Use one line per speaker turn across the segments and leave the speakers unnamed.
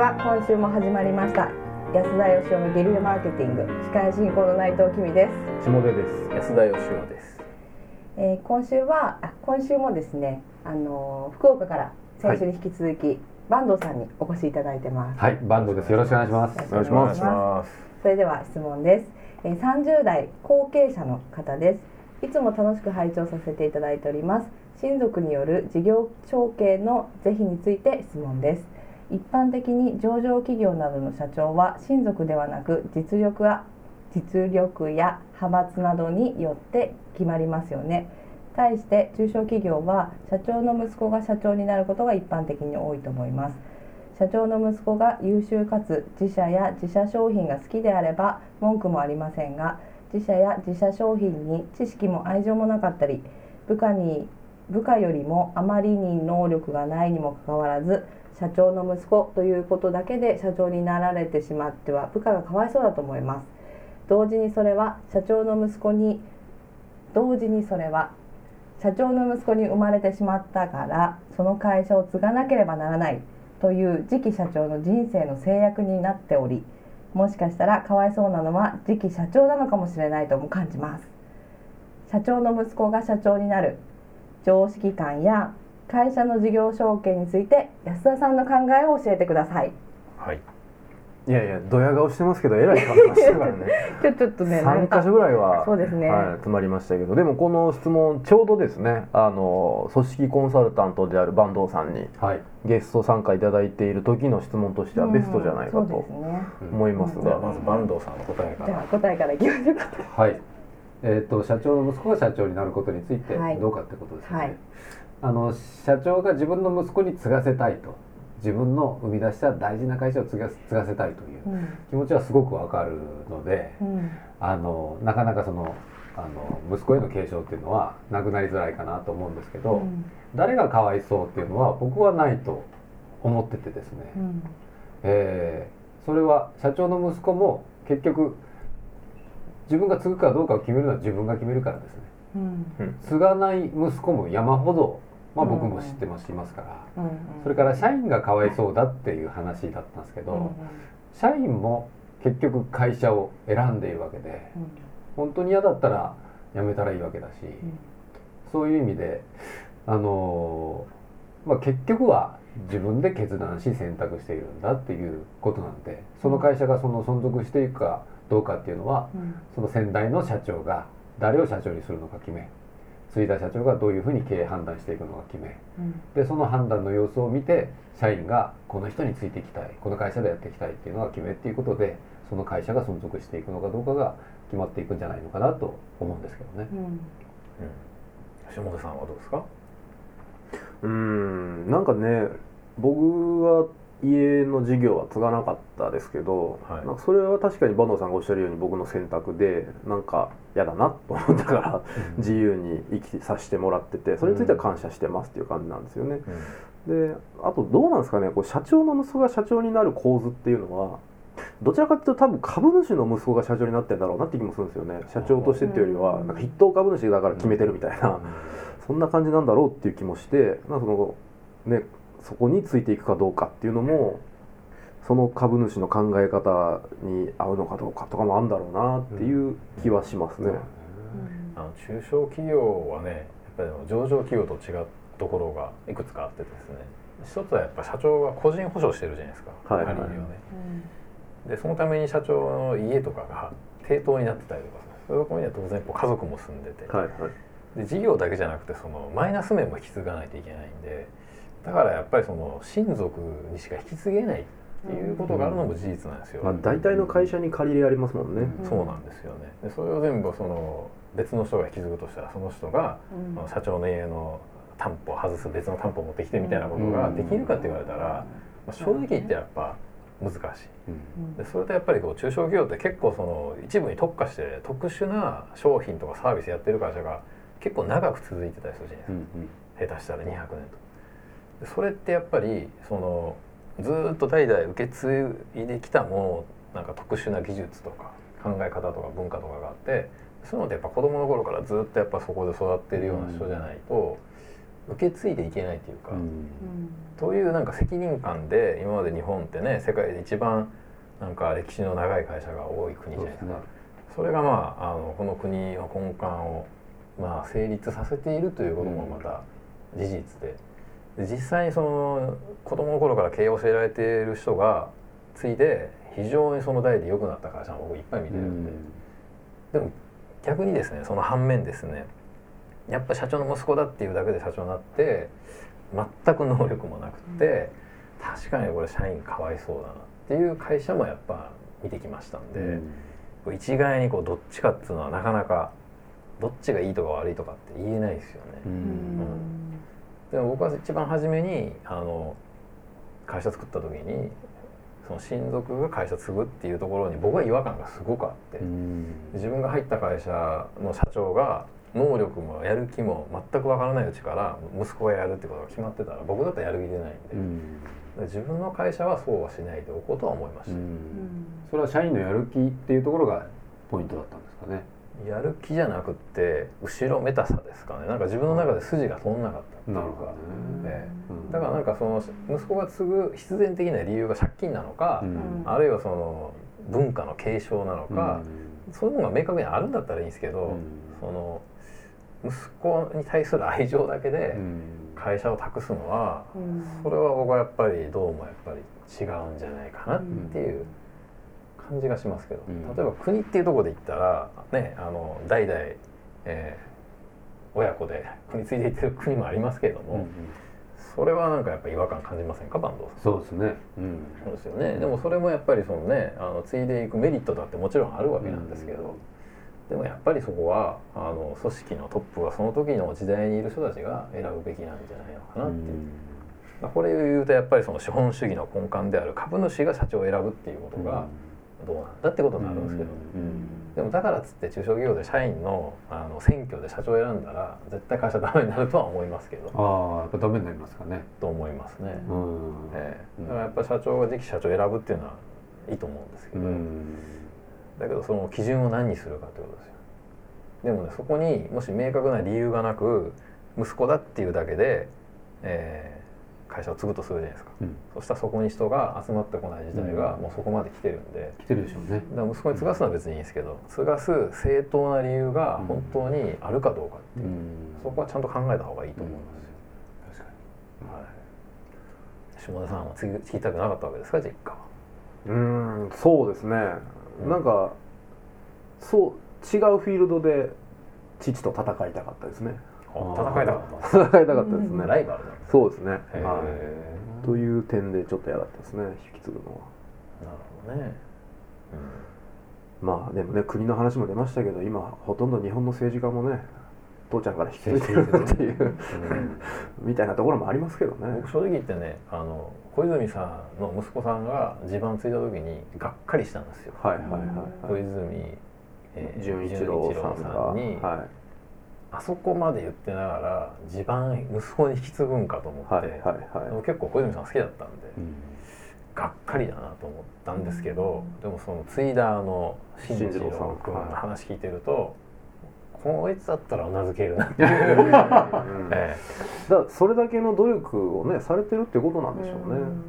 は今週も始まりました安田義雄のゲリラマーケティング司会進行の内藤君です、
下出です。
安田義雄です。
えー今週はあ今週もですねあのー福岡から先週に引き続き、坂東さんにお越しいただいてます
はい、バンドです。よろしくお願いします。
お願いしますお願
す。
それでは質問です、えー、30代後継者の方ですいつも楽しく拝聴させていただいております親族による事業承継の是非について質問です一般的に上場企業などの社長は親族ではなく実力は実力や派閥などによって決まりますよね対して中小企業は社長の息子が社長になることが一般的に多いと思います社長の息子が優秀かつ自社や自社商品が好きであれば文句もありませんが自社や自社商品に知識も愛情もなかったり部下に部下よりもあまりに能力がないにもかかわらず社長の息子ということだけで社長になられてしまっては部下がかわいそうだと思います同時にそれは社長の息子に同時にそれは社長の息子に生まれてしまったからその会社を継がなければならないという次期社長の人生の制約になっておりもしかしたらかわいそうなのは次期社長なのかもしれないとも感じます社長の息子が社長になる常識感や会社の事業承継について安田さんの考えを教えてください
はい。
いやいや、ドヤ顔してますけど、えらい感じましたからね。
ちょちょっと ねなん
三
か
箇所ぐらいは。
そうですね
はい、詰まりましたけど、でも、この質問、ちょうどですね、あの、組織コンサルタントである坂東さんに。
はい。
ゲスト参加いただいている時の質問としては、ベストじゃないか
うんそうで
と
すね
思います
では
が。
まず坂東さんの答えか
じゃあ
ら。
答えからいきましょうか
はい、えー、と社長の息子が社長になることについて
はい
どうかってことですよね、
はい
あの社長が自分の息子に継がせたいと自分の生み出した大事な会社を継が継がせたいという
うん
気持ちはすごくわかるので
うん
あのなかなかそのあの息子への継承っていうのはなくなりづらいかなと思うんですけど、
うん
誰がかわいそうっていうのは僕はないと思っててですね、
うん
えーそれは社長の息子も結局自分が継ぐかどうかを決めるのは自分が決めるからですね
うん
継がない息子も山ほど、まあ、僕も知ってます、いますから
うん
それから社員がかわいそうだっていう話だったんですけど、
うん
社員も結局会社を選んでいるわけで
うん
本当に嫌だったら辞めたらいいわけだし、
ん
そういう意味で、あのーまあ、結局は自分で決断し選択しているんだっていうことなんでその会社がその存続していくかどうかっていうのは
うん
その先代の社長が誰を社長にするのか決め継いだ社長がどういうふうに経営判断していくのか決め
うん
でその判断の様子を見て社員がこの人についていきたいこの会社でやっていきたいっていうのが決めっていうことでその会社が存続していくのかどうかが決まっていくんじゃないのかなと思うんですけどね。
うん
下出さんはどうですか。
うん、なんかね、僕は。家の事業は継がなかったですけど、
はい
なんかそれは確かに坂東さんがおっしゃるように僕の選択でなんか嫌だなと思ったから自由に生きさせてもらっててそれについては感謝してますっていう感じなんですよね。であとどうなんですかねこう社長の息子が社長になる構図っていうのはどちらかというと多分株主の息子が社長になってんだろうなって気もするんですよね社長としてっていうよりは
うん
なんか筆頭株主だから決めてるみたいな、そんな感じなんだろうっていう気もしてなんかその、ね、そこについていくかどうかっていうのも。その株主の考え方に合うのかどうかとかもあるんだろうなっていう気はしますね。
あの中小企業はね、やっぱりあの上場企業と違うところがいくつかあってですね。一つはやっぱ社長が個人保証してるじゃないですか。
はいはい
管理人はね。でそのために社長の家とかが抵当になってたりとかする。そういうところには当然こう家族も住んでて。
はいはい
で事業だけじゃなくてそのマイナス面も引き継がないといけないんでだからやっぱりその親族にしか引き継げないっていうことがあるのも事実なんですよ、
まあ、大体の会社に借り入れありますもんね。
そうなんですよねでそれを全部その別の人が引き継ぐとしたらその人が、
うん
まあ社長の家の担保を外す別の担保を持ってきてみたいなことができるかって言われたら、まあ正直言ってやっぱ難しいでそれとやっぱりこう中小企業って結構その一部に特化して特殊な商品とかサービスやってる会社が結構長く続いてたりするじゃないですか。下手したら200年とでそれってやっぱりそのずーっと代々受け継いできたものなんか特殊な技術とか考え方とか文化とかがあってそういうのってやっぱ子供の頃からずーっとやっぱそこで育ってるような人じゃないと、受け継いでいけないというか、というなんか責任感で今まで日本ってね世界で一番なんか歴史の長い会社が多い国じゃないですか。それがまああのこの国の根幹をまあ成立させているということもまた事実で、で実際にその子供の頃から経営を教えられている人が継いで非常にその代で良くなった会社も僕いっぱい見てるんで、でも逆にですねその反面ですねやっぱ社長の息子だっていうだけで社長になって全く能力もなくて、確かにこれ社員かわいそうだなっていう会社もやっぱ見てきましたんで。一概にこうどっちかっていうのはなかなかどっちがいいとか悪いとかって言えないですよね。
うん
うん
でも僕は一番初めにあの会社作った時にその親族が会社継ぐっていうところに僕は違和感がすごくあって、自分が入った会社の社長が能力もやる気も全くわからないうちから息子がやるってことが決まってたら僕だったらやる気出ないんで、自分の会社はそうはしないでおこうとは思いました、
それは社員のやる気っていうところがポイントだったんですかね。
やる気じゃなくって後ろめたさですかねなんか自分の中で筋が通んなかったっていう
な
か
るほどね。
え
うん
だからなんかその息子が継ぐ必然的な理由が借金なのか、
うん
あるいはその文化の継承なのか、そういうものが明確にあるんだったらいいんですけど、その息子に対する愛情だけで会社を託すのは、
うん
それは僕はやっぱりどうもやっぱり違うんじゃないかなっていう感じがしますけど、
うん
例えば国っていうところで言ったらねあの代々、えー親子で国ついでいってる国もありますけれども、それはなんかやっぱ違和感感じませんか坂東さん。
そうですね。うん
そうですよねでもそれもやっぱりそのねあの継いでいくメリットだってもちろんあるわけなんですけど、でもやっぱりそこはあの組織のトップはその時の時代にいる人たちが選ぶべきなんじゃないのかなっていう、まあこれを言うとやっぱりその資本主義の根幹である株主が社長を選ぶっていうことがどうなんだってことになるんですけど、でもだからっつって中小企業で社員のあの選挙で社長を選んだら絶対会社ダメになるとは思いますけど
ああやっぱダメになりますかね。
と思いますね。
うん
ええだからやっぱり社長が次期社長を選ぶっていうのはいいと思うんですけど、だけどその基準を何にするかってことですよでもねそこにもし明確な理由がなく息子だっていうだけで、えー会社を継ぐとするじゃないですか、
うん
そしたらそこに人が集まってこない時代が
うん
もうそこまで来てるんで、
来てるでしょうね。
だから息子に継がすのは別にいいんですけど継がす正当な理由が本当にあるかどうかっていう、そこはちゃんと考えた方がいいと思いますよ、
確か
下田さんは継ぎ継ぎたくなかったわけですか実家は
うーんそうですね、
うん
なんかそう違うフィールドで父と戦いたかったですね
あ
戦いたかっ
戦いたかったです
う
ね、
たライバルだった
そうですね
へー
はいという点でちょっと嫌だったですね引き継ぐのは
なるほどね、うん
まあでもね国の話も出ましたけど今ほとんど日本の政治家もね父ちゃんから引き継いでるっていうみたいなところもありますけどね
僕正直言ってねあの小泉さんの息子さんが地盤ついた時にがっかりしたんですよ、
はいはいはい
小
はい
泉、えー
純一郎さんが
純一郎さんに、
は
あそこまで言ってながら地盤息子に引き継ぐんかと思って、
いはいはい
で
は
も結構小泉さん好きだったんで、
に。
がっかりだなと思ったんですけど、でもその継いだあの新
進
次
次郎
郎
さん
君
はい
の話聞いてると、こいつだったらうなずけるなって、
い、 うん、だか
ええ
らそれだけの努力をねされてるってことなんでしょうね
うん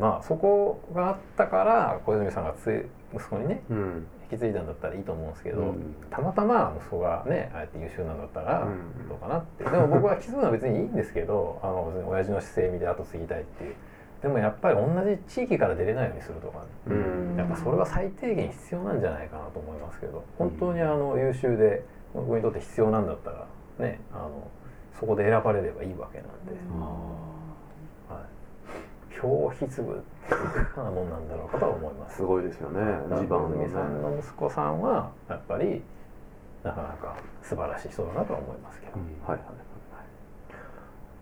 まあそこがあったから小泉さんがつい息子にね
うん
引き継いだんだったらいいと思うんですけど、たまたま息子がねあえて優秀なんだったら
うん
どうかなって、でも僕は引き継ぐのは別にいいんですけどあ の別に親父の姿勢見て後継ぎたいっていうでもやっぱり同じ地域から出れないようにするとかね、
うん
やっぱそれは最低限必要なんじゃないかなと思いますけど本当にあの優秀で僕にとって必要なんだったらねあのそこで選ばれればいいわけなんで。教引継ぐっていうかなもんなんだろうかとは思います
す。ごいですよね地盤の
の
ね
さんの息子さんはやっぱりなかなか素晴らしい人だなとは思いますけど。
はいはいはい。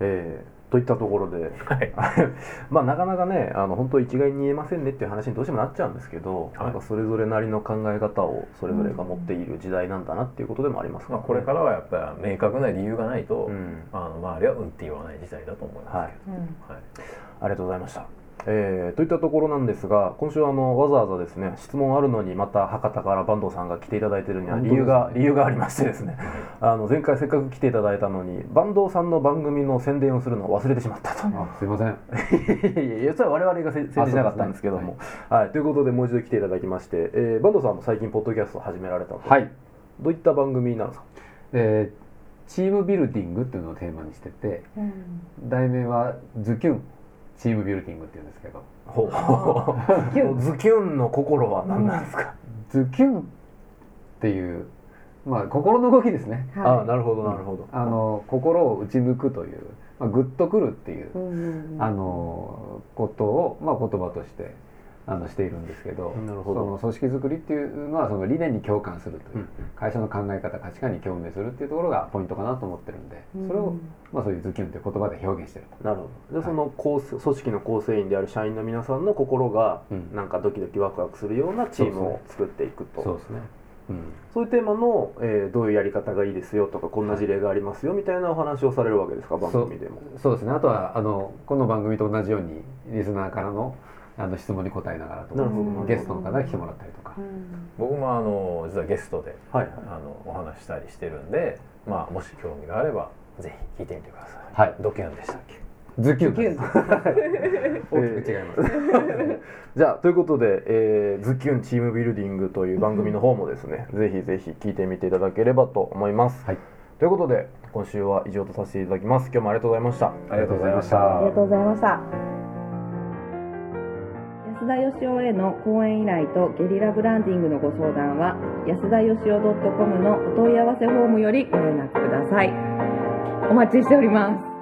えーといったところで、
はい
まあなかなかねあの本当一概に言えませんねっていう話にどうしてもなっちゃうんですけど、
はい
なんかそれぞれなりの考え方をそれぞれが持っている時代なんだなっていうことでもあります
まあこれからはやっぱり明確な理由がないと、
うん、
あの周りはうんって言わない時代だと思いますけど。
はい、
うん
はい
ありがとうございました。えーといったところなんですが今週はあのわざわざですね質問あるのにまた博多から坂東さんが来ていただいているには
本当
理
で
由
すね
が、理由がありましてですねあの前回せっかく来ていただいたのに坂東さんの番組の宣伝をするのを忘れてしまったと。
あすいません
いやいやいやそれは我々がせ宣伝しなかったんですけども、はいということでもう一度来ていただきまして、えー、坂東さんも最近ポッドキャストを始められたと、
はい
どういった番組なんですか
えーチームビルディングっていうのをテーマにしてて題名は「ズキュンチームビルディング」っていうんですけど
ほ
キュ
う ズキュンの心は何なんですか、
ズキュンっていうまあ心の動きですね
ああ
は
なるほどなるほど、
あの心を打ち抜くという、まあ、グッとくるっていう
い。うんうんうん
あのことを、まあ、言葉としてあのしているんですけど
なるほど
その組織づくりっていうのはその理念に共感すると
う
いう、
ん
会社の考え方価値観に共鳴するっていうところがポイントかなと思ってるんでそれ
う
を
ん、
まあ、そういうズキュンという言葉で表現してると。
なるほど
はい
でその構成組織の構成員である社員の皆さんの心が
うん
なんかドキドキワクワクするようなチームを作っていくとそう
ですね、うん、
いうテーマの、えーどういうやり方がいいですよとかこんな事例がありますよみたいなお話をされるわけですか番組でも
そうですねあとはあのこの番組と同じようにリスナーからのあの質問に答えながらと
なる
か
ほどなるほど
ゲストの方に来てもらったりとか
う、ん
僕もあの実はゲストで
はいはい
あのお話ししたりしてるんで、まあもし興味があればぜひ聞いてみてください。
はい
ドキュンでしたっけ？
ズキュン
キュン
大きく違います、
じゃあということで、えーズッキュンチームビルディングという番組の方もですね、ぜひぜひ聞いてみていただければと思います。
はい
ということで今週は以上とさせていただきます。今日もありがとうございました。
ありがとうございました
ありがとうございました。安田義雄への講演依頼とゲリラブランディングのご相談は、安田義雄 .com のお問い合わせフォームよりご連絡ください。お待ちしております。